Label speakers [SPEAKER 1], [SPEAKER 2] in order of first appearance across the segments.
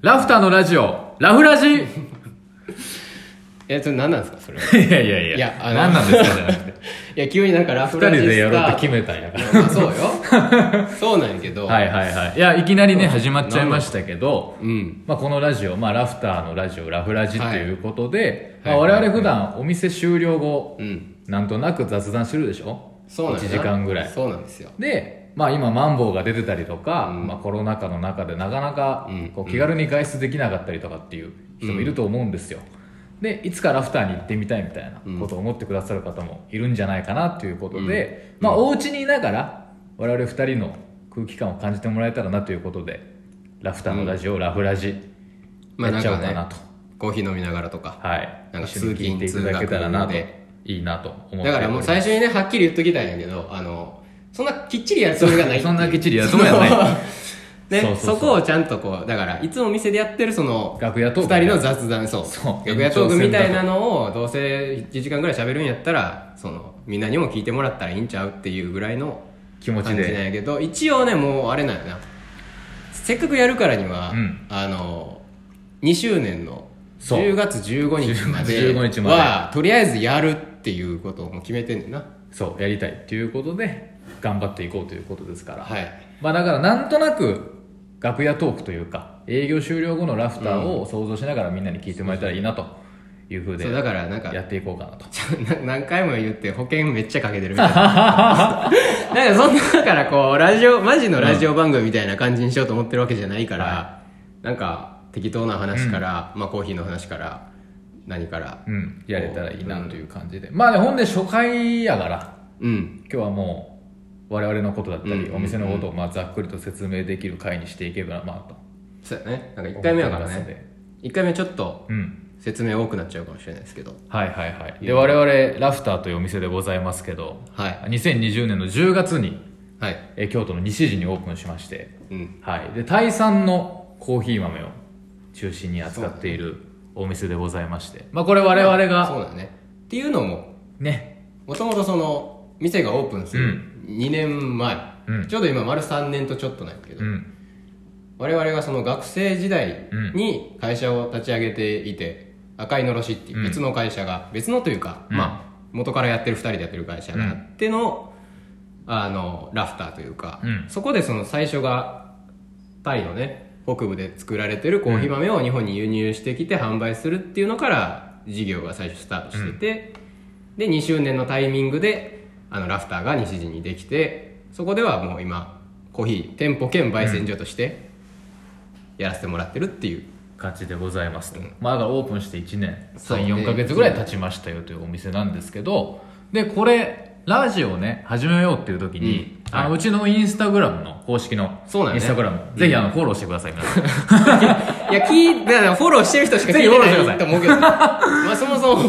[SPEAKER 1] ラフターのラジオ、ラフラジい
[SPEAKER 2] えそれ何なんですかそれ
[SPEAKER 1] やいやいや、
[SPEAKER 2] いやあの
[SPEAKER 1] 何なんですかじゃなくて。
[SPEAKER 2] いや急になんかラ
[SPEAKER 1] 二
[SPEAKER 2] フ
[SPEAKER 1] 人
[SPEAKER 2] ラジ
[SPEAKER 1] でや
[SPEAKER 2] スタ
[SPEAKER 1] ろうって
[SPEAKER 2] ー
[SPEAKER 1] 決めたんやから。
[SPEAKER 2] まあそう よそうなんやけど、
[SPEAKER 1] はいはいはい。いや、いきなりね、始まっちゃいましたけど、
[SPEAKER 2] うん
[SPEAKER 1] まあ、このラジオ、まあ、ラフターのラジオ、ラフラジっていうことで、
[SPEAKER 2] はい
[SPEAKER 1] まあ
[SPEAKER 2] はい
[SPEAKER 1] 我々普段お店終了後、
[SPEAKER 2] うん
[SPEAKER 1] なんとなく雑談するでしょ
[SPEAKER 2] そうなんやな
[SPEAKER 1] ?1 時間ぐらい。
[SPEAKER 2] そうなんですよ
[SPEAKER 1] で、まあ、今マンボウが出てたりとか、
[SPEAKER 2] うん
[SPEAKER 1] まあ、コロナ禍の中でなかなか
[SPEAKER 2] うん
[SPEAKER 1] こう気軽に外出できなかったりとかっていう人もいると思うんですよ、でいつかラフターに行ってみたいみたいなことを思ってくださる方もいるんじゃないかなということで、まあ、お家にいながら我々2人の空気感を感じてもらえたらなということでラフターのラジオ、ラフラジ
[SPEAKER 2] まあ
[SPEAKER 1] やっちゃおう
[SPEAKER 2] な
[SPEAKER 1] か
[SPEAKER 2] んかね
[SPEAKER 1] なと、
[SPEAKER 2] コーヒー飲みながらとか
[SPEAKER 1] はい
[SPEAKER 2] なんか
[SPEAKER 1] 一緒に聞いていただけたらなと
[SPEAKER 2] 通勤通学で
[SPEAKER 1] いいなと思っております
[SPEAKER 2] だからもう最初にねはっきり言っときたいんやけどあのそんなきっちりやるつもりがないっていう
[SPEAKER 1] そんなきっちりやるつもりはない
[SPEAKER 2] その ね
[SPEAKER 1] そうそうそう
[SPEAKER 2] そこをちゃんとこうだからいつも店でやってるその
[SPEAKER 1] 楽屋トーク
[SPEAKER 2] 二人の雑談そう
[SPEAKER 1] そう
[SPEAKER 2] 楽屋トークみたいなのをどうせ1時間ぐらい喋るんやったらそのみんなにも聞いてもらったらいいんちゃうっていうぐらいの
[SPEAKER 1] 気持ち
[SPEAKER 2] 感じなん
[SPEAKER 1] で
[SPEAKER 2] やけど一応ねもうあれなんやなせっかくやるからには、
[SPEAKER 1] うん
[SPEAKER 2] あの2周年の
[SPEAKER 1] そう
[SPEAKER 2] 10月15日まで
[SPEAKER 1] 15日まで
[SPEAKER 2] はとりあえずやるっていうことをもう決めてんねんな
[SPEAKER 1] そうやりたいっていうことで頑張っていこうということですから、
[SPEAKER 2] はい
[SPEAKER 1] まあだからなんとなく楽屋トークというか営業終了後のラフターを想像しながらみんなに聞いてもらえたらいいなというふうで
[SPEAKER 2] そうだからなんか
[SPEAKER 1] やっていこうかなと
[SPEAKER 2] な何回も言って保険めっちゃかけてるみたいな なんかそんなだからこうラジオマジのラジオ番組みたいな感じにしようと思ってるわけじゃないから、なんか適当な話から、まあコーヒーの話から何から
[SPEAKER 1] うんやれたらいいなという感じで、まあねほんで初回やから
[SPEAKER 2] うん
[SPEAKER 1] 今日はもう我々のことだったり、
[SPEAKER 2] うんうんうん
[SPEAKER 1] お店のことをまあざっくりと説明できる回にしていけばなと
[SPEAKER 2] そうやねなんか1回目やから
[SPEAKER 1] 思って
[SPEAKER 2] ね
[SPEAKER 1] ますんで
[SPEAKER 2] 1回目ちょっと
[SPEAKER 1] うん
[SPEAKER 2] 説明多くなっちゃうかもしれないですけど
[SPEAKER 1] はいはいはいで我々ラフターというお店でございますけど
[SPEAKER 2] はい
[SPEAKER 1] 2020年の10月に
[SPEAKER 2] はい
[SPEAKER 1] えー京都の西陣にオープンしまして
[SPEAKER 2] うん
[SPEAKER 1] はい、でタイ産のコーヒー豆を中心に扱っているお店でございまして、まあ、これ我々
[SPEAKER 2] そ
[SPEAKER 1] が
[SPEAKER 2] うだねっていうのも
[SPEAKER 1] ね
[SPEAKER 2] もともとその店がオープンする2年前、
[SPEAKER 1] うん
[SPEAKER 2] ちょうど今丸3年とちょっとなんやけど、
[SPEAKER 1] うん
[SPEAKER 2] 我々がその学生時代に会社を立ち上げていて、赤いのろしっていう別の会社が、別のというか、
[SPEAKER 1] うん
[SPEAKER 2] まあ元からやってる2人でやってる会社があっての、あのラフターというか、
[SPEAKER 1] うん
[SPEAKER 2] そこでその最初がタイのね北部で作られてるコーヒー豆を日本に輸入してきて販売するっていうのから事業が最初スタートしてて、で2周年のタイミングであのラフターが西陣にできてそこではもう今コーヒー店舗兼焙煎所としてやらせてもらってるっていう、
[SPEAKER 1] 感じでございますと、まあ、だからオープンして1年
[SPEAKER 2] そう
[SPEAKER 1] 34か月ぐらい経ちましたよというお店なんですけどでこれラジオね始めようっていう時に、う
[SPEAKER 2] うんはい
[SPEAKER 1] あのうちのインスタグラムの公式の
[SPEAKER 2] そうな
[SPEAKER 1] イ
[SPEAKER 2] んやね
[SPEAKER 1] ンスタグラム、ぜひあのフォローしてください皆さん
[SPEAKER 2] いや聞いだからフォローしてる人しか聞いて
[SPEAKER 1] ぜひフォローしてくだ
[SPEAKER 2] な
[SPEAKER 1] さい
[SPEAKER 2] いと思うけ どまあそもそも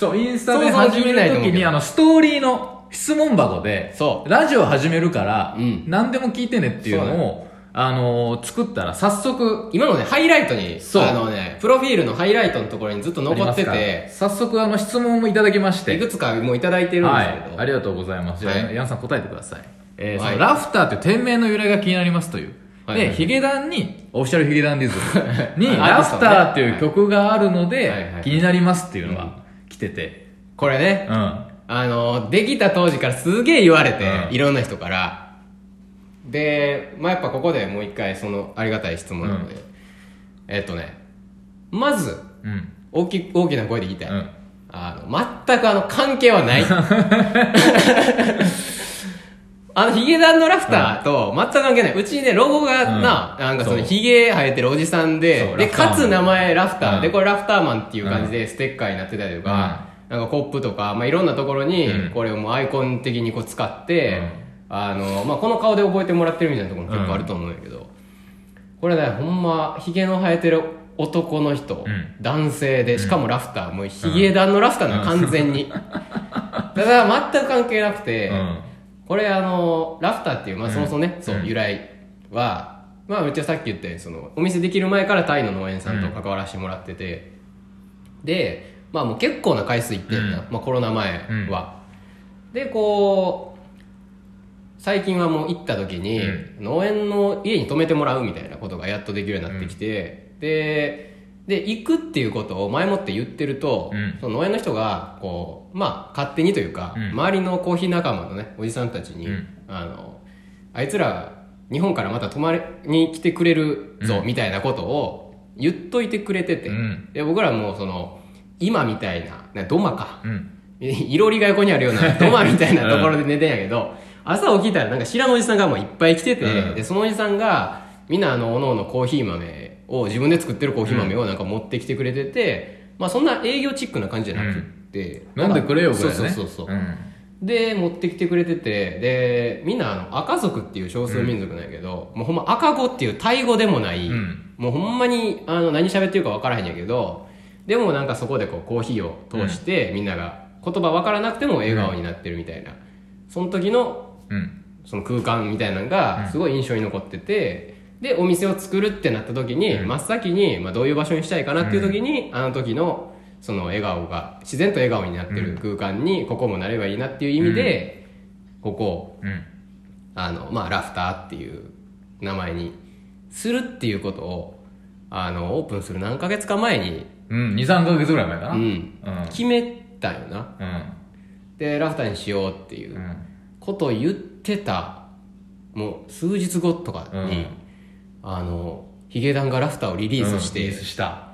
[SPEAKER 1] そうインスタで
[SPEAKER 2] そうそう
[SPEAKER 1] 始め
[SPEAKER 2] 始めない
[SPEAKER 1] る
[SPEAKER 2] と思う
[SPEAKER 1] 時
[SPEAKER 2] け
[SPEAKER 1] に
[SPEAKER 2] ど
[SPEAKER 1] あのストーリーの質問箱で
[SPEAKER 2] そ
[SPEAKER 1] ラジオ始めるから、
[SPEAKER 2] うん
[SPEAKER 1] 何でも聞いてねっていう
[SPEAKER 2] そう
[SPEAKER 1] の
[SPEAKER 2] だ
[SPEAKER 1] を、あのー作ったら早速
[SPEAKER 2] 今のねハイライトに
[SPEAKER 1] そう
[SPEAKER 2] あのねプロフィールのハイライトのところにずっと
[SPEAKER 1] あり
[SPEAKER 2] 残
[SPEAKER 1] ま
[SPEAKER 2] っ
[SPEAKER 1] す
[SPEAKER 2] て
[SPEAKER 1] から
[SPEAKER 2] て
[SPEAKER 1] 早速あの質問もいただきまし
[SPEAKER 2] い
[SPEAKER 1] て
[SPEAKER 2] くつかもういただいてるんで
[SPEAKER 1] は
[SPEAKER 2] す
[SPEAKER 1] い
[SPEAKER 2] けど、
[SPEAKER 1] ありがとうございますじゃあ、
[SPEAKER 2] はい
[SPEAKER 1] 矢野さん答えてください、えー
[SPEAKER 2] はい
[SPEAKER 1] そのラフターという店名の由来が気になりますという、
[SPEAKER 2] はい
[SPEAKER 1] で、
[SPEAKER 2] はい
[SPEAKER 1] ヒゲダンに、オフィシャルヒゲダンディズムに、
[SPEAKER 2] あ
[SPEAKER 1] ラフターっていう曲があるので、
[SPEAKER 2] はいはい
[SPEAKER 1] 気になりますっていうのが来てて、
[SPEAKER 2] これね
[SPEAKER 1] うん。
[SPEAKER 2] あの、できた当時からすげえ言われて、
[SPEAKER 1] うん
[SPEAKER 2] いろんな人から。で、まあ、やっぱここでもう一回、その、ありがたい質問なので。えっとね、まず、
[SPEAKER 1] うん。
[SPEAKER 2] 大き、大きな声で言いたい。
[SPEAKER 1] うん
[SPEAKER 2] あの、全くあの、関係は ない。あの、ヒゲダンのラフターと全く関係ない。うちね、ロゴが
[SPEAKER 1] う
[SPEAKER 2] な、
[SPEAKER 1] ん
[SPEAKER 2] なんかそ
[SPEAKER 1] そ
[SPEAKER 2] の
[SPEAKER 1] う
[SPEAKER 2] ヒゲ生えてるおじさん
[SPEAKER 1] そ
[SPEAKER 2] で
[SPEAKER 1] う、ラ
[SPEAKER 2] で、
[SPEAKER 1] フターマ
[SPEAKER 2] か
[SPEAKER 1] ン
[SPEAKER 2] つ名前ラフター、
[SPEAKER 1] うん
[SPEAKER 2] で、これラフターマンっていう感じでステッカーになってたりとか、なんかコップとか、まあ、いろんなところ
[SPEAKER 1] うん
[SPEAKER 2] に、これをもうアイコン的にこう使って、あの、まあ、この顔で覚えてもらってるみたいなところも結構あると思うんやけど、これね、ほんま、ヒゲの生えてる男の人、
[SPEAKER 1] うん
[SPEAKER 2] 男性で、しかもラフター、もうヒゲダンのラフターなの、完 全に。ただ全く関係なくて、
[SPEAKER 1] うん
[SPEAKER 2] これあのラフターっていう、まあ、そもそもね、そう
[SPEAKER 1] うん
[SPEAKER 2] 由来は、まあ、うちはさっき言ったようにそのお店できる前からタイの農園さんと関わらせてもらってて、で、まあ、もう結構な回数行ってんな、
[SPEAKER 1] う
[SPEAKER 2] まあ、コロナ前は、でこう最近はもう行った時に、
[SPEAKER 1] う
[SPEAKER 2] 農園の家に泊めてもらうみたいなことがやっとできるようになってきて、でで行くっていうことを前もって言ってると、
[SPEAKER 1] うん
[SPEAKER 2] その農園の人がこうまあ勝手にというか、
[SPEAKER 1] うん
[SPEAKER 2] 周りのコーヒー仲間のねおじさんたちに、
[SPEAKER 1] うん
[SPEAKER 2] あのあいつら日本からまた泊まりに来てくれるぞ、
[SPEAKER 1] うん
[SPEAKER 2] みたいなことを言っといてくれてて、
[SPEAKER 1] うん
[SPEAKER 2] で僕らもうその今みたいななドマか、
[SPEAKER 1] うん
[SPEAKER 2] いいろりが横にあるようなドマみたいなところで寝てんやけど、朝起きたらなんか知らんおじさんがもういっぱい来てて、
[SPEAKER 1] うん
[SPEAKER 2] でそのおじさんがみんなあのおのおのコーヒー豆を自分で作ってるコーヒー豆をなんか持ってきてくれてて、まあそんな営業チックな感じじゃなくって、
[SPEAKER 1] 飲んでくれよぐ
[SPEAKER 2] そ
[SPEAKER 1] ら
[SPEAKER 2] う
[SPEAKER 1] い
[SPEAKER 2] そ
[SPEAKER 1] ね
[SPEAKER 2] うそうそう、
[SPEAKER 1] ん
[SPEAKER 2] で持ってきてくれててでみんなあの赤族っていう少数民族なんやけど、もうほんま赤語っていうタイ語でもない、
[SPEAKER 1] うん
[SPEAKER 2] もうほんまにあの何喋ってるか分からへんやけどでもなんかそこでこうコーヒーを通して、みんなが言葉分からなくても笑顔になってるみたいな、その時の
[SPEAKER 1] うん
[SPEAKER 2] その空間みたいなのがすごい印象に残ってて、でお店を作るってなった時に、真っ先に、まあ、どういう場所にしたいかなっていう時に、あの時のその笑顔が自然と笑顔になってる空間にここもなればいいなっていう意味で、ここを
[SPEAKER 1] うん
[SPEAKER 2] あの、まあ、ラフターっていう名前にするっていうことをあのオープンする何ヶ月か前に、
[SPEAKER 1] うん23ヶ月ぐらい前かな
[SPEAKER 2] う
[SPEAKER 1] うん
[SPEAKER 2] ん、決めたよな
[SPEAKER 1] うん
[SPEAKER 2] でラフターにしようっていううんことを言ってたもう数日後とか
[SPEAKER 1] う
[SPEAKER 2] に、
[SPEAKER 1] ん
[SPEAKER 2] あのヒゲダンがラフターをリリースし
[SPEAKER 1] うん
[SPEAKER 2] て、
[SPEAKER 1] リリースした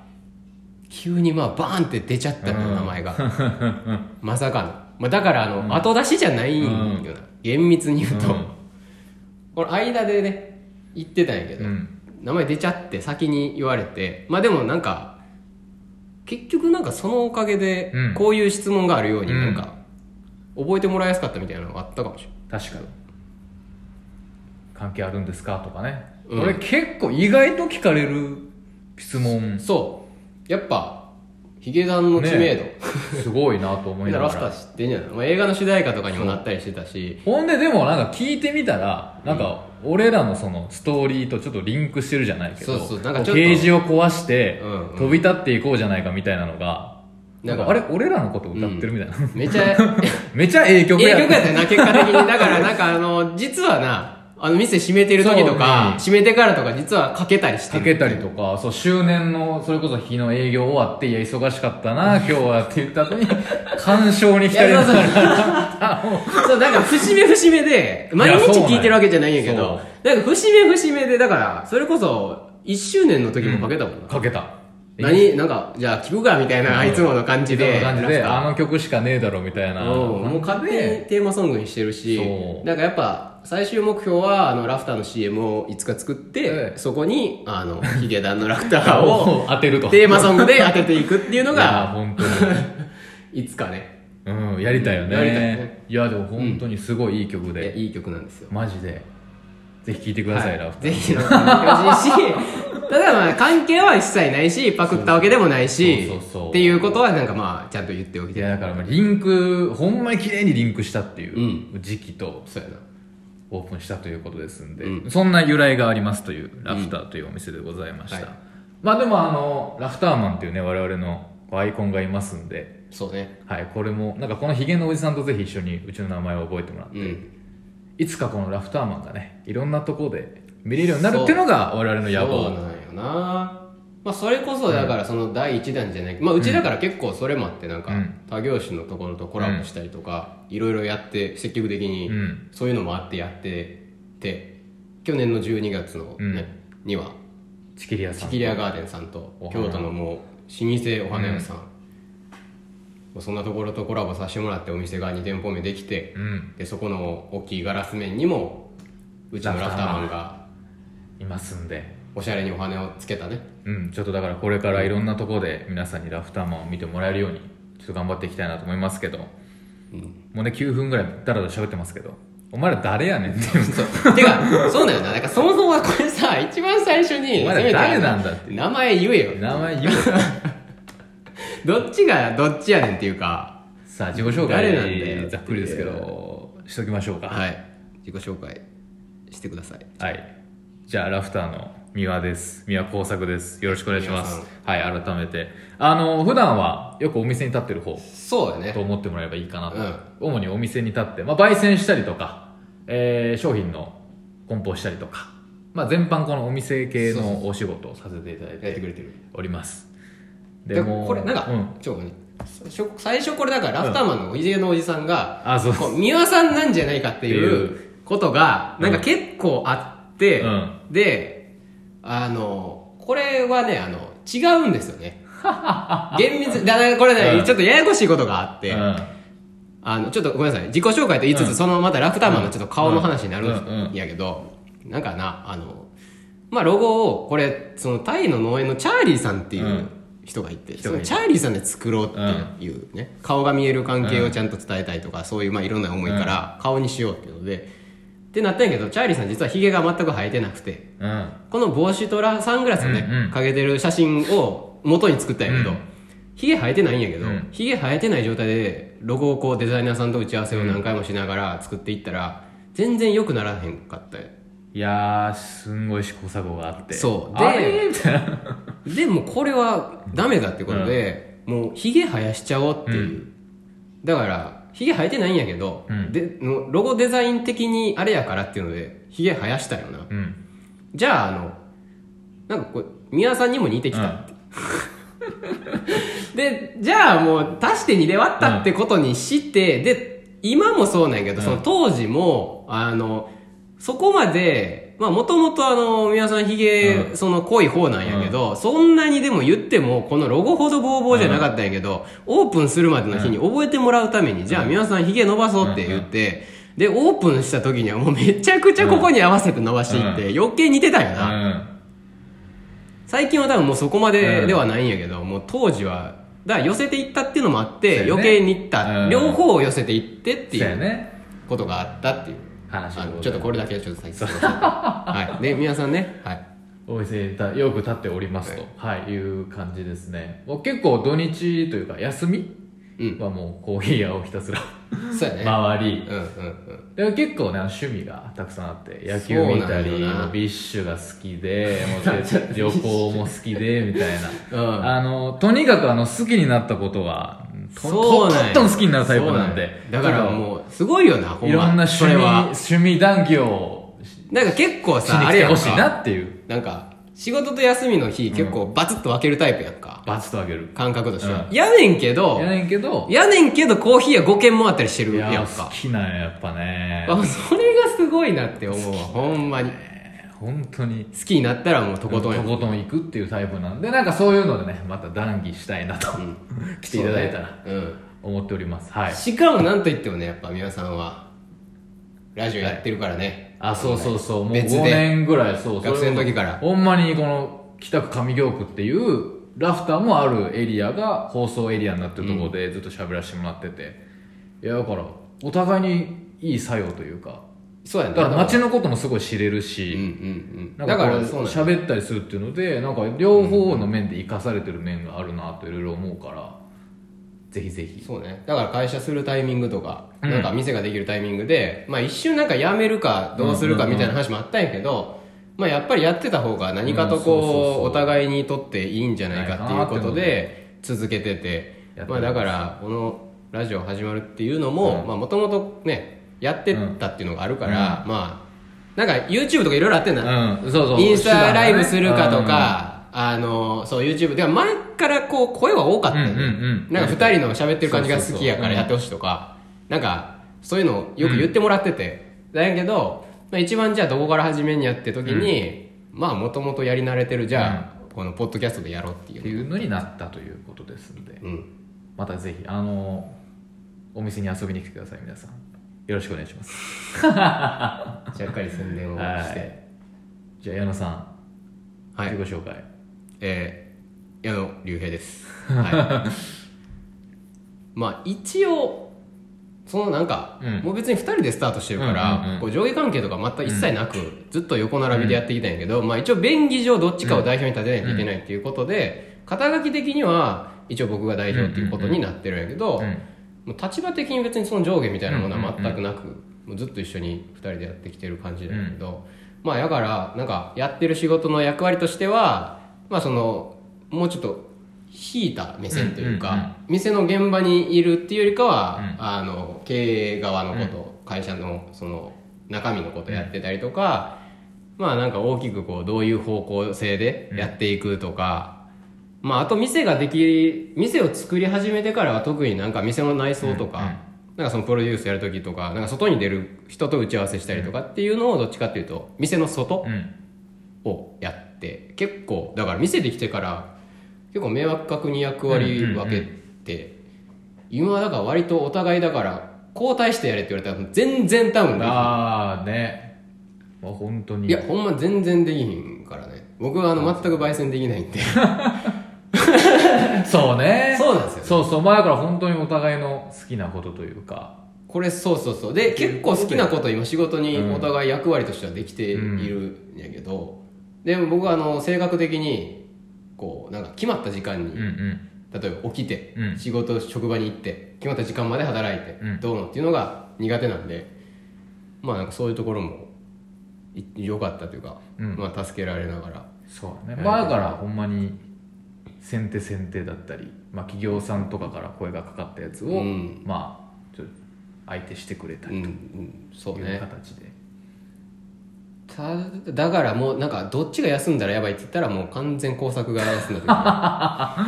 [SPEAKER 2] 急にまあバーンって出ちゃったの、名前が まさかの、まあ、だからあの、後出しじゃないんよな、厳密に言うと、
[SPEAKER 1] うん
[SPEAKER 2] これ間でね言ってたんやけど、
[SPEAKER 1] うん
[SPEAKER 2] 名前出ちゃって先に言われてまあでもなんか結局なんかそのおかげで
[SPEAKER 1] うん
[SPEAKER 2] こういう質問があるように
[SPEAKER 1] うん
[SPEAKER 2] なんか覚えてもらいやすかったみたいなのがあったかもしれない
[SPEAKER 1] 確かに関係あるんですかとかね
[SPEAKER 2] うん
[SPEAKER 1] 俺結構意外と聞かれる質 問
[SPEAKER 2] そうやっぱヒゲダンの知名度、
[SPEAKER 1] すごいなと思
[SPEAKER 2] み
[SPEAKER 1] い
[SPEAKER 2] んな
[SPEAKER 1] なが
[SPEAKER 2] ラフタ
[SPEAKER 1] ら
[SPEAKER 2] ー知ってんじゃない、まあ、映画の主題歌とかにもなったりして たし
[SPEAKER 1] ほんででもなんか聞いてみたらなんか俺らのそのストーリーとちょっとリンクしてるじゃないけど
[SPEAKER 2] そうそう
[SPEAKER 1] こ
[SPEAKER 2] な
[SPEAKER 1] うん
[SPEAKER 2] かちょっと
[SPEAKER 1] ケージを壊して
[SPEAKER 2] うんうん
[SPEAKER 1] 飛び立っていこうじゃないかみたいなのがな
[SPEAKER 2] な
[SPEAKER 1] んん
[SPEAKER 2] か
[SPEAKER 1] かあれ俺らのこと歌ってるみたいな
[SPEAKER 2] めちゃえ
[SPEAKER 1] めちゃええ曲
[SPEAKER 2] え
[SPEAKER 1] や
[SPEAKER 2] 曲やったよな結果的にだからなんかあの実はなあの店閉めてる時とか、閉めてからとか実はかけたりして
[SPEAKER 1] か
[SPEAKER 2] る
[SPEAKER 1] けたりとか、そう、周年の、それこそ日の営業終わって、いや、忙しかった な、今日はって言った後に、感傷に浸りなが
[SPEAKER 2] いや
[SPEAKER 1] ら、あもう
[SPEAKER 2] そう、なんか、節目節目で、毎日聞いてるわけじゃないんやけ
[SPEAKER 1] いや
[SPEAKER 2] ど、なんか、節目節目で、だから、それこそ、1周年の時もかけたもんな。
[SPEAKER 1] かけた。
[SPEAKER 2] 何なんか、じゃあ、聞くか、みたいな、いつもの感じ
[SPEAKER 1] みた
[SPEAKER 2] で。
[SPEAKER 1] いな感じで、
[SPEAKER 2] なん
[SPEAKER 1] あ
[SPEAKER 2] か
[SPEAKER 1] の曲しかねえだろ、みたいな。
[SPEAKER 2] うんもう勝手にテーマソングにしてるし
[SPEAKER 1] そ、う
[SPEAKER 2] なんかやっぱ、最終目標は、あの、ラフターの CM をいつか作って
[SPEAKER 1] え、え
[SPEAKER 2] そこに、あの、ヒゲダンのラフター を、
[SPEAKER 1] を当てると。
[SPEAKER 2] テーマソングで当てていくっていうの
[SPEAKER 1] いや
[SPEAKER 2] が、
[SPEAKER 1] 本当
[SPEAKER 2] いつかね、
[SPEAKER 1] に。うん、やりたいよね。
[SPEAKER 2] やりたいね
[SPEAKER 1] いや、でも本当にすごいいい曲
[SPEAKER 2] いや
[SPEAKER 1] で、
[SPEAKER 2] いい曲なんですよ。
[SPEAKER 1] マジで、ぜひ聴いてください、ラフター
[SPEAKER 2] ぜひ乗ってみてほしいしただまあ関係は一切ないしパクったわけでもないし
[SPEAKER 1] そうそうそう
[SPEAKER 2] っていうことはなんかまあちゃんと言っておき
[SPEAKER 1] い
[SPEAKER 2] たい
[SPEAKER 1] や、だから、リンク、ほんまに綺麗にリンクしたっていう時期と、
[SPEAKER 2] そうやな
[SPEAKER 1] オープンしたということですんで、
[SPEAKER 2] う
[SPEAKER 1] そんな由来がありますというラフターというお店でございました、
[SPEAKER 2] はい
[SPEAKER 1] まあでもあのラフターマンっていうね我々のアイコンがいますんで、
[SPEAKER 2] そうね
[SPEAKER 1] はい、これもなんかこのヒゲのおじさんとぜひ一緒にうちの名前を覚えてもらって、
[SPEAKER 2] うん
[SPEAKER 1] いつかこのラフターマンがねいろんなとこで見れるようになるっていうのが我々の野
[SPEAKER 2] そ
[SPEAKER 1] 望
[SPEAKER 2] うなんよなまあそれこそだからその第一弾じゃないまあうちだから結構それもあってなんか
[SPEAKER 1] うん
[SPEAKER 2] 他業種のところとコラボしたりとかいろいろやって積極的に
[SPEAKER 1] うん
[SPEAKER 2] そういうのもあってやってて去年の12月のねには
[SPEAKER 1] チキリアさ
[SPEAKER 2] チ
[SPEAKER 1] ん
[SPEAKER 2] キリアガーデンさんと
[SPEAKER 1] お花
[SPEAKER 2] 京都のもう老舗お花屋さん、そんなところとコラボさせてもらってお店が2店舗目できて
[SPEAKER 1] う、ん
[SPEAKER 2] でそこの大きいガラス面にもうちのラフターマンが
[SPEAKER 1] いますんで
[SPEAKER 2] おしゃれにお花をつけたね
[SPEAKER 1] うんちょっとだからこれからいろんなとこで皆さんにラフターマンを見てもらえるようにちょっと頑張っていきたいなと思いますけど
[SPEAKER 2] うん
[SPEAKER 1] もうね9分ぐらいダラダラ喋ってますけどお前ら誰やねんっていう
[SPEAKER 2] てか そうなんよななんかそもそもはこれさ一番最初に
[SPEAKER 1] お前ら
[SPEAKER 2] せめて
[SPEAKER 1] 誰なんだって
[SPEAKER 2] 名前言え よ
[SPEAKER 1] 名前言う
[SPEAKER 2] どっちがどっちやねんっていうか
[SPEAKER 1] さあ自己紹
[SPEAKER 2] 誰なんだよ
[SPEAKER 1] 介ざっくりですけどしときましょうか
[SPEAKER 2] はい自己紹介してください
[SPEAKER 1] はいじゃあラフターの三輪です三輪耕作ですよろしくお願いしますはい改めてあの普段はよくお店に立ってる方
[SPEAKER 2] そうだ
[SPEAKER 1] と
[SPEAKER 2] ね
[SPEAKER 1] 思ってもらえばいいかなと、主にお店に立って、まあ、焙煎したりとかえー商品の梱包したりとか、まあ、全般このお店系のお仕事をさせていただい
[SPEAKER 2] やってく
[SPEAKER 1] て
[SPEAKER 2] れてる
[SPEAKER 1] おります
[SPEAKER 2] でこれなんか、
[SPEAKER 1] うん、
[SPEAKER 2] ちょっとねしょ最初これだからラフターマンのおじいのおじさんが、
[SPEAKER 1] あそう
[SPEAKER 2] こう三輪さんなんじゃないかってい
[SPEAKER 1] っ
[SPEAKER 2] うことがなんか結構あって、
[SPEAKER 1] うん
[SPEAKER 2] であのこれはねあの違うんです よね厳密だからこれね、
[SPEAKER 1] うん
[SPEAKER 2] ちょっとややこしいことがあって、
[SPEAKER 1] うん
[SPEAKER 2] あの、ちょっとごめんなさい。自己紹介と言いつつ、
[SPEAKER 1] うん
[SPEAKER 2] そのまたラフターマンのちょっと顔の話にな
[SPEAKER 1] う
[SPEAKER 2] る
[SPEAKER 1] んうん
[SPEAKER 2] んやけど、なんかな、あの、まあ、ロゴを、これ、そのタイの農園のチャーリーさんっていううん人がいて、
[SPEAKER 1] 人
[SPEAKER 2] そ
[SPEAKER 1] がい
[SPEAKER 2] の
[SPEAKER 1] て
[SPEAKER 2] チャーリーさんで作ろうっていうね、顔が見える関係をちゃんと伝えたいとか、そういうまあいろんな思いから顔にしようっていうので、ってなったんやけど、チャーリーさん実はヒゲが全く生えてなくて、
[SPEAKER 1] うん
[SPEAKER 2] この帽子とラサングラスをね、
[SPEAKER 1] うんうん
[SPEAKER 2] かけてる写真を元に作ったんやけ
[SPEAKER 1] う
[SPEAKER 2] ど、
[SPEAKER 1] ん
[SPEAKER 2] ヒゲ生えてないんやけど、
[SPEAKER 1] うん
[SPEAKER 2] ヒゲ生えてない状態でロゴをこうデザイナーさんと打ち合わせを何回もしながら作っていったら、全然良くならへんかったよ
[SPEAKER 1] いやーすんごい試行錯誤があって
[SPEAKER 2] そうで
[SPEAKER 1] あれみたいな
[SPEAKER 2] でもこれはダメだってことで、もうヒゲ生やしちゃおうっていう、だからヒゲ生えてないんやけど、
[SPEAKER 1] うん
[SPEAKER 2] でのロゴデザイン的にあれやからっていうのでヒゲ生やしたよな
[SPEAKER 1] うん
[SPEAKER 2] じゃああのなんかこう宮さんにも似てきたって、でじゃあもう足して2で割ったってことにして、で今もそうなんやけど、その当時もあのそこまでまあもともとあの宮さんひげ、
[SPEAKER 1] う
[SPEAKER 2] その濃い方なんやけど、そんなにでも言ってもこのロゴほどボーボーじゃなかったんやけど、オープンするまでの日に覚えてもらうために、じゃあ宮さんひげ伸ばそうって言って、でオープンした時にはもうめちゃくちゃここに合わせて伸ばしていって、余計似てたよ
[SPEAKER 1] う
[SPEAKER 2] な、
[SPEAKER 1] ん
[SPEAKER 2] 最近は多分もうそこま
[SPEAKER 1] う
[SPEAKER 2] で
[SPEAKER 1] ん
[SPEAKER 2] ではないんやけど、もう当時はだから寄せていったっていうのもあって、
[SPEAKER 1] そうやね
[SPEAKER 2] 余計にいった、
[SPEAKER 1] うん
[SPEAKER 2] 両方を寄せていってって
[SPEAKER 1] そう
[SPEAKER 2] い
[SPEAKER 1] や
[SPEAKER 2] う
[SPEAKER 1] ね
[SPEAKER 2] ことがあったっていう
[SPEAKER 1] 話
[SPEAKER 2] あ
[SPEAKER 1] で
[SPEAKER 2] の
[SPEAKER 1] ご
[SPEAKER 2] ち
[SPEAKER 1] ざいま
[SPEAKER 2] ょっと
[SPEAKER 1] す
[SPEAKER 2] これだけはちょっと先すいませんはいで皆さんねはい
[SPEAKER 1] お店にたよく立っておりますと、はい、いう感じですねもう結構土日というか休み
[SPEAKER 2] うん
[SPEAKER 1] はもうコーヒー屋をひたすら
[SPEAKER 2] そうやね、
[SPEAKER 1] 回
[SPEAKER 2] う
[SPEAKER 1] り
[SPEAKER 2] んうんうん
[SPEAKER 1] で結構ね趣味がたくさんあって野球見たり
[SPEAKER 2] そうなんだよな
[SPEAKER 1] ビッシュが好きで もう旅行も好きでみたいな
[SPEAKER 2] うん
[SPEAKER 1] あのとにかくあの好きになったことはと
[SPEAKER 2] そうなん
[SPEAKER 1] と
[SPEAKER 2] や
[SPEAKER 1] ことん好きになるタイプなんで
[SPEAKER 2] そうなんやだからもうすごいよなほん
[SPEAKER 1] い
[SPEAKER 2] ま
[SPEAKER 1] ろんな趣
[SPEAKER 2] そ
[SPEAKER 1] 味
[SPEAKER 2] れは
[SPEAKER 1] 趣味談義をし
[SPEAKER 2] なんか結構
[SPEAKER 1] しに
[SPEAKER 2] さあ
[SPEAKER 1] 来
[SPEAKER 2] れ
[SPEAKER 1] て
[SPEAKER 2] やん
[SPEAKER 1] ほしいな
[SPEAKER 2] か
[SPEAKER 1] っていう
[SPEAKER 2] なんか仕事と休みの日結構バツッと分けるタイプやんか、
[SPEAKER 1] バツとあげる
[SPEAKER 2] 感覚としては、
[SPEAKER 1] う
[SPEAKER 2] やねんけど
[SPEAKER 1] やねんけど
[SPEAKER 2] やねんけどコーヒー屋5軒もあったりしてる
[SPEAKER 1] い
[SPEAKER 2] や
[SPEAKER 1] や
[SPEAKER 2] ん
[SPEAKER 1] 好
[SPEAKER 2] か。
[SPEAKER 1] きなんややっぱね
[SPEAKER 2] あそれがすごいなって思うわ。ほんまに。
[SPEAKER 1] 本当に
[SPEAKER 2] 好きになったらもう
[SPEAKER 1] と
[SPEAKER 2] とことんや。
[SPEAKER 1] ことん行くっていうタイプなんでなんかそういうのでねまた談義したいなと、 来ていただいたら
[SPEAKER 2] そうね。うん。
[SPEAKER 1] 思っておりますはい
[SPEAKER 2] しかもなんといってもね、やっぱ皆さんは、ラジオやってるからね。
[SPEAKER 1] あそうそうそうもう
[SPEAKER 2] 別で
[SPEAKER 1] 5年ぐらいそう
[SPEAKER 2] 学生の時から
[SPEAKER 1] それもほんまにこの北区上京区っていうラフターもあるエリアが放送エリアになってるところでずっと喋らせてもらってて、いやだからお互いにいい作用というか
[SPEAKER 2] そうやね。
[SPEAKER 1] だから街のこともすごい知れるし、
[SPEAKER 2] うんうんうん。
[SPEAKER 1] だ
[SPEAKER 2] だ
[SPEAKER 1] か
[SPEAKER 2] かららそうなんだ
[SPEAKER 1] 喋ったりするっていうのでなんか両方の面で生かされてる面があるなといろいろ思うから、ぜひぜひ
[SPEAKER 2] そうね。だから会社するタイミングとか、
[SPEAKER 1] うん
[SPEAKER 2] なんか店ができるタイミングで、まあ一瞬なんか辞めるかどうするかみたいな話もあったんやけど、まあやっぱりやってた方が何かと
[SPEAKER 1] うんそうそうそ
[SPEAKER 2] こ
[SPEAKER 1] う
[SPEAKER 2] う、お互いにとっていいんじゃないかっていうことで、続けてて
[SPEAKER 1] やっ、て
[SPEAKER 2] ま
[SPEAKER 1] ます
[SPEAKER 2] あだから、このラジオ始まるっていうのも、
[SPEAKER 1] うん
[SPEAKER 2] まあもともとね、やってたっていうのがあるから、まあ、なんか YouTube とかいろいろあってんだ
[SPEAKER 1] うんそうそう
[SPEAKER 2] インスタライブするかと、か、あの、そう、YouTube。でも前からこう、声は多かったよね。
[SPEAKER 1] うんうんうん
[SPEAKER 2] なんか二人の喋ってる感じが好きや
[SPEAKER 1] そうそうそう
[SPEAKER 2] か
[SPEAKER 1] う
[SPEAKER 2] ら
[SPEAKER 1] ん
[SPEAKER 2] やってほしいとか、なんか、そういうのをよく言ってもらってて。だけど、まあ、一番じゃあどこから始めんやって時に、まあ、もともとやり慣れてる、じゃあ、このポッドキャストでやろうって
[SPEAKER 1] うん
[SPEAKER 2] い
[SPEAKER 1] って
[SPEAKER 2] う。
[SPEAKER 1] いうのになったということですので
[SPEAKER 2] うん。
[SPEAKER 1] またぜひあのお店に遊びに来てください皆さんよろしくお願いします
[SPEAKER 2] しっかり宣伝を
[SPEAKER 1] は
[SPEAKER 2] し
[SPEAKER 1] い
[SPEAKER 2] て。
[SPEAKER 1] じゃあ矢野さん、
[SPEAKER 2] はい。
[SPEAKER 1] 自己紹介
[SPEAKER 2] えー、矢野竜 平です、はい、まあ一応そのなんか、
[SPEAKER 1] うん
[SPEAKER 2] もう別に2人でスタートしてるから、
[SPEAKER 1] うんうんうん
[SPEAKER 2] こう上下関係とか全く一切なく、ずっと横並びでやってきたんやけど、まあ一応便宜上どっちかを代表に立てないといけないっていうことで、肩書き的には一応僕が代表っていうことになってるんやけど、
[SPEAKER 1] うん
[SPEAKER 2] もう立場的に別にその上下みたいなものは全くなく、もうずっと一緒に2人でやってきてる感じなんだけど、まあだからなんかやってる仕事の役割としてはまあそのもうちょっと引いた目線というか、
[SPEAKER 1] うんうんうん
[SPEAKER 2] 店の現場にいるっていうよりかは、あの経営側のこと、会社のその中身のことやってたりとか、まあなんか大きくこうどういう方向性でやっていくとか、まああと店ができ店を作り始めてからは特になんか店の内装とか、
[SPEAKER 1] うんうん
[SPEAKER 2] なんかそのプロデュースやる時とかなんか外に出る人と打ち合わせしたりとかっていうのをどっちかっていうと店の外
[SPEAKER 1] うん
[SPEAKER 2] をやって結構だから店できてから結構迷惑確認役割分けて、今はだから割とお互いだから交代してやれって言われたら全然多分できない
[SPEAKER 1] ああねまあ本当に
[SPEAKER 2] いやほんま全然できひんからね僕はあの全く焙煎できな いんで
[SPEAKER 1] そうね
[SPEAKER 2] そうなんですよ
[SPEAKER 1] そうそう前から本当にお互いの好きなことというか
[SPEAKER 2] これそうそうそうで結構好きなこと今仕事にお互い役割としてはできているんやけど、でも僕はあの性格的にこうなんか決まった時間に、
[SPEAKER 1] うんうん
[SPEAKER 2] 例えば起きて、
[SPEAKER 1] うん
[SPEAKER 2] 仕事職場に行って決まった時間まで働いて、
[SPEAKER 1] うん
[SPEAKER 2] どうのっていうのが苦手なんでまあなんかそういうところもい良かったというか、
[SPEAKER 1] うん
[SPEAKER 2] まあ助けられながら
[SPEAKER 1] そうね
[SPEAKER 2] えー
[SPEAKER 1] 前からほんまに先手先手だったり、まあ、企業さんとかから声がかかったやつを、
[SPEAKER 2] うん
[SPEAKER 1] まあちょっと相手してくれた
[SPEAKER 2] う
[SPEAKER 1] り
[SPEAKER 2] ん、うん、そ
[SPEAKER 1] と
[SPEAKER 2] う
[SPEAKER 1] いう
[SPEAKER 2] ね
[SPEAKER 1] 形で、
[SPEAKER 2] ただからもうなんかどっちが休んだらやばいって言ったらもう完全工作が休んだ時い
[SPEAKER 1] まあ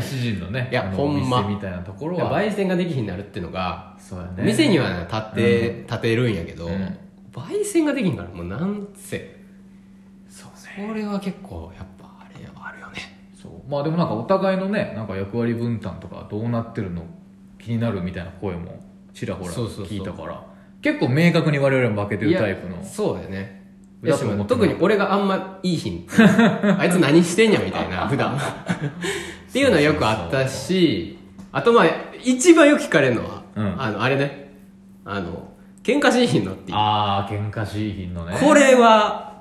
[SPEAKER 1] 西陣の ね
[SPEAKER 2] いや
[SPEAKER 1] あの
[SPEAKER 2] ほんま
[SPEAKER 1] お店みたいなところ
[SPEAKER 2] や
[SPEAKER 1] は
[SPEAKER 2] 焙煎ができひんなるっていうのが、
[SPEAKER 1] そうやね
[SPEAKER 2] 店にはね立て、立てるんやけど、
[SPEAKER 1] うん
[SPEAKER 2] 焙煎ができひんからもうなんせ
[SPEAKER 1] そうね
[SPEAKER 2] これは結構やっぱあれはあるよね
[SPEAKER 1] そうまあでもなんかお互いのねなんか役割分担とかどうなってるの気になるみたいな声もちらほら
[SPEAKER 2] そうそうそう
[SPEAKER 1] 聞いたから結構明確に我々も負けてるタイプの
[SPEAKER 2] いやそうだよね
[SPEAKER 1] だと思って
[SPEAKER 2] い
[SPEAKER 1] な
[SPEAKER 2] や
[SPEAKER 1] い
[SPEAKER 2] 特に俺があんまいい日に あいつ何してんやみたいな普段っていうのはよくあったしあとまあ一番よく聞かれるのは、
[SPEAKER 1] うん
[SPEAKER 2] あのあれねあの喧嘩しいひんのっていう
[SPEAKER 1] ああ喧嘩しい品のね
[SPEAKER 2] これは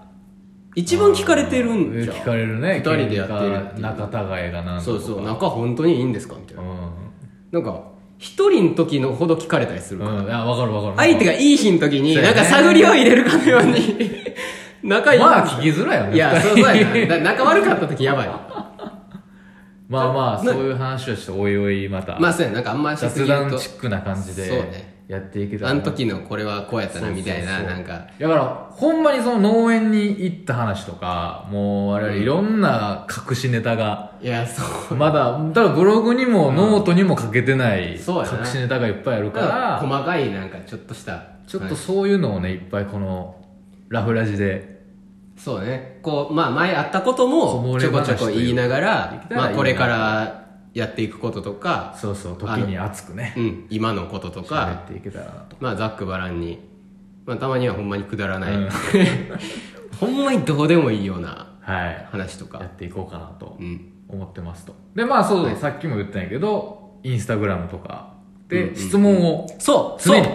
[SPEAKER 2] 一番聞かれてるんじゃん
[SPEAKER 1] 聞かれるね
[SPEAKER 2] 二人でやってる
[SPEAKER 1] 喧嘩仲違いがなんとか、
[SPEAKER 2] そうそう仲本当にいいんですかみたいうなんなんか一人の時のほど聞かれたりするから、
[SPEAKER 1] うん、あ分かる分かる
[SPEAKER 2] 相手がいい日の時に
[SPEAKER 1] そうや
[SPEAKER 2] なん
[SPEAKER 1] ね
[SPEAKER 2] か探りを入れるか のように仲いいんです
[SPEAKER 1] まあ聞きづらいよね
[SPEAKER 2] いや、
[SPEAKER 1] 二
[SPEAKER 2] そ
[SPEAKER 1] 人
[SPEAKER 2] うそうやな。だ仲悪かった時やばい。
[SPEAKER 1] まあまあ
[SPEAKER 2] な
[SPEAKER 1] そういう話をしておいおいまた、
[SPEAKER 2] まあそうやな、なんかあんましす
[SPEAKER 1] 雑
[SPEAKER 2] ぎる
[SPEAKER 1] 談
[SPEAKER 2] と、
[SPEAKER 1] チックな感じで
[SPEAKER 2] そうね
[SPEAKER 1] やっていけたら
[SPEAKER 2] あ
[SPEAKER 1] な
[SPEAKER 2] の時のこれはこうやったなみたいな、
[SPEAKER 1] そうそうそう
[SPEAKER 2] なんか、
[SPEAKER 1] だからほんまにその農園に行った話とかもう我々いろんな隠しネタが、
[SPEAKER 2] いや、そう。
[SPEAKER 1] まだ多分ブログにもノートにも書けてない隠し
[SPEAKER 2] そうやな
[SPEAKER 1] ネタがいっぱいあるか
[SPEAKER 2] だから
[SPEAKER 1] ら
[SPEAKER 2] 細かいなんかちょっとした、
[SPEAKER 1] ちょっ
[SPEAKER 2] は
[SPEAKER 1] と
[SPEAKER 2] い
[SPEAKER 1] そういうのをねいっぱいこのラフラジで
[SPEAKER 2] そうね。こう、まあ前あったこと
[SPEAKER 1] こ
[SPEAKER 2] も
[SPEAKER 1] ぼ
[SPEAKER 2] ち
[SPEAKER 1] れ
[SPEAKER 2] ょこ
[SPEAKER 1] 話
[SPEAKER 2] ちょこ言いなが
[SPEAKER 1] で
[SPEAKER 2] ら
[SPEAKER 1] き、たら
[SPEAKER 2] ま
[SPEAKER 1] いい
[SPEAKER 2] あ
[SPEAKER 1] な
[SPEAKER 2] これからやっていくこととか、
[SPEAKER 1] そうそう時に熱くね
[SPEAKER 2] うん、今のことと
[SPEAKER 1] 喋
[SPEAKER 2] か、
[SPEAKER 1] っていけたらなと
[SPEAKER 2] まあざっくばらんに、まあたまにはほんまにくだらない、
[SPEAKER 1] うん
[SPEAKER 2] ほんまにどうでもいいような
[SPEAKER 1] はい
[SPEAKER 2] 話と
[SPEAKER 1] や
[SPEAKER 2] か
[SPEAKER 1] っ、ていこうかなと
[SPEAKER 2] うん。
[SPEAKER 1] 思ってますとでまあそうだ、さっきも言ったんやけどインスタグラムとかで質問を
[SPEAKER 2] そう、そ
[SPEAKER 1] 常
[SPEAKER 2] う
[SPEAKER 1] に、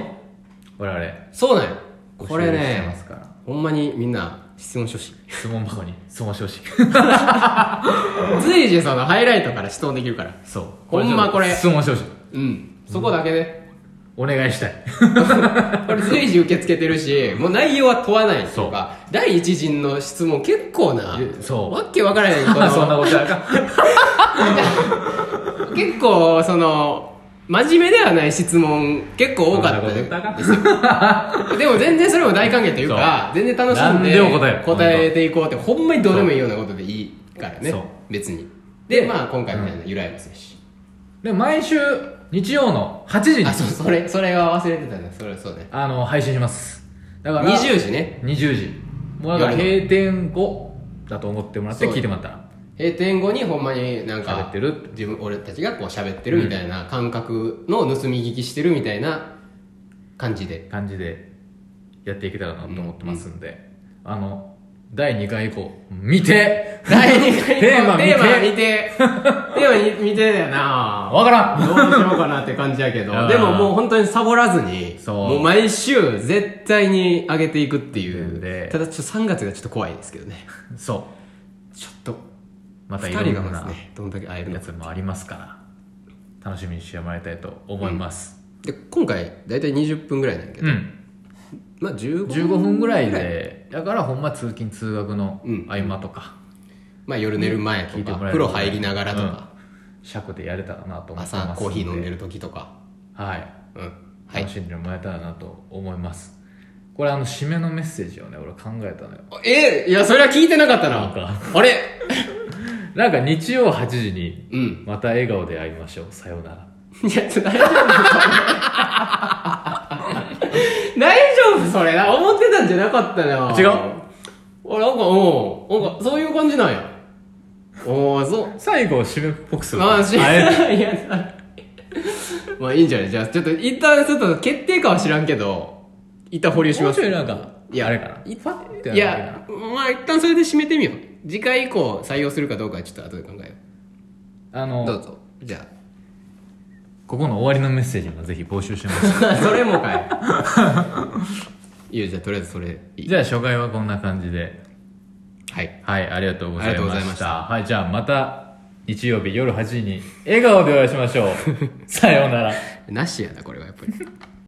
[SPEAKER 1] 我々
[SPEAKER 2] そうなんよ。
[SPEAKER 1] ご
[SPEAKER 2] こ
[SPEAKER 1] 指
[SPEAKER 2] れ
[SPEAKER 1] 導してま
[SPEAKER 2] ね、
[SPEAKER 1] すから
[SPEAKER 2] ほんまにみんな質問してほしい。
[SPEAKER 1] 質問箱 に質問してほしい
[SPEAKER 2] 随時そのハイライトから質問できるから。
[SPEAKER 1] そう
[SPEAKER 2] ほんまこれ
[SPEAKER 1] 質問してほしい
[SPEAKER 2] うん。そこだけで。
[SPEAKER 1] お願いした い
[SPEAKER 2] これ随時受け付けてるし、もう内容は問わないとか、第一陣の質問結構な、
[SPEAKER 1] えそう
[SPEAKER 2] わっけわからない。こ
[SPEAKER 1] そんな
[SPEAKER 2] の
[SPEAKER 1] ことあるか
[SPEAKER 2] 結構、その、真面目ではない質問結構 多かった
[SPEAKER 1] そんな
[SPEAKER 2] で
[SPEAKER 1] ことあかん
[SPEAKER 2] でも全然それも大歓迎というか、全然楽しん
[SPEAKER 1] 何
[SPEAKER 2] で
[SPEAKER 1] でも答える
[SPEAKER 2] えていこうって、ほんまにどうでもいいようなことでいいからね
[SPEAKER 1] そう。
[SPEAKER 2] 別に。で、まあ今回みたいな由来も選手。
[SPEAKER 1] で毎週日曜の8時に
[SPEAKER 2] あ、そう、それ、それは忘れてたね。それ、そうね。
[SPEAKER 1] あの配信しますだから
[SPEAKER 2] 20時ね。
[SPEAKER 1] 20時もうだから閉店後だと思ってもらって
[SPEAKER 2] そう
[SPEAKER 1] 聞いてもらったら
[SPEAKER 2] 閉店後にほんまになん
[SPEAKER 1] 喋
[SPEAKER 2] か
[SPEAKER 1] ってる
[SPEAKER 2] 自分俺たちがこう喋ってるみたいな感覚の盗み聞きしてるみたいな感じで
[SPEAKER 1] 感じでやっていけたらなと思ってますんで、あの第2回以降見て
[SPEAKER 2] 第2 回
[SPEAKER 1] テーマ見て
[SPEAKER 2] テー マ見てテーマ見てだよな
[SPEAKER 1] わからん
[SPEAKER 2] どうしようかなって感じやけ
[SPEAKER 1] あ
[SPEAKER 2] ど
[SPEAKER 1] ー
[SPEAKER 2] でももう本当にサボらずに
[SPEAKER 1] そう
[SPEAKER 2] もう毎週絶対に上げていくってい
[SPEAKER 1] んで
[SPEAKER 2] うただちょっと3月がちょっと怖いですけど ね
[SPEAKER 1] そう
[SPEAKER 2] ちょっと
[SPEAKER 1] またい
[SPEAKER 2] 2人
[SPEAKER 1] ろ
[SPEAKER 2] が
[SPEAKER 1] ん
[SPEAKER 2] ま
[SPEAKER 1] な
[SPEAKER 2] ずねどんだけ会えるの
[SPEAKER 1] や
[SPEAKER 2] か
[SPEAKER 1] つもありますから楽しみにしてもらいたいと思います
[SPEAKER 2] で今回大体20分ぐらいなんやけ
[SPEAKER 1] う
[SPEAKER 2] ど
[SPEAKER 1] ん、
[SPEAKER 2] まあ15
[SPEAKER 1] 15分ぐらいでだからほんま通勤通学の
[SPEAKER 2] うん
[SPEAKER 1] 合間とか、
[SPEAKER 2] まあ夜寝る前と
[SPEAKER 1] 聞いて
[SPEAKER 2] か
[SPEAKER 1] もらえる
[SPEAKER 2] 風呂入りながらとか
[SPEAKER 1] 尺でやれたらなと思ってますんで
[SPEAKER 2] 朝コーヒー飲んでる時とか
[SPEAKER 1] はい
[SPEAKER 2] うんはい
[SPEAKER 1] 楽しんでもらえたらなと思います、これあの締めのメッセージをね俺考えたのよ
[SPEAKER 2] えいやそれは聞いてなかったな
[SPEAKER 1] なんか
[SPEAKER 2] あれ
[SPEAKER 1] なんか日曜8時に
[SPEAKER 2] うん
[SPEAKER 1] また笑顔で会いましょうさようなら
[SPEAKER 2] いや大丈夫大丈夫それな思ってたんじゃなかったな
[SPEAKER 1] 違う
[SPEAKER 2] あなんかうんなんかそういう感じなんやおおそう
[SPEAKER 1] 最後締めっぽくする
[SPEAKER 2] まあし い
[SPEAKER 1] あえて
[SPEAKER 2] やなまあいいんじゃないじゃあちょっと一旦ちょっと決定かは知らんけど一旦保留し
[SPEAKER 1] も
[SPEAKER 2] ま
[SPEAKER 1] う
[SPEAKER 2] す
[SPEAKER 1] ちょいなんか
[SPEAKER 2] いや
[SPEAKER 1] あれかないパッて
[SPEAKER 2] いやまあ一旦それで締めてみよう次回以降採用するかどうかはちょっと後で考えよ
[SPEAKER 1] あ
[SPEAKER 2] うどう
[SPEAKER 1] の
[SPEAKER 2] ぞじゃ
[SPEAKER 1] ここの終わりのメッセージもぜひ募集してます
[SPEAKER 2] あ それもかいいやじゃあとりあえずそれいい
[SPEAKER 1] じゃあ初回はこんな感じで
[SPEAKER 2] はい
[SPEAKER 1] はいありがとうございま
[SPEAKER 2] ありがとうございま
[SPEAKER 1] し
[SPEAKER 2] したた
[SPEAKER 1] はいじゃあまた日曜日夜8時に笑顔でお会いしましょう さようなら
[SPEAKER 2] なしやなこれはやっぱり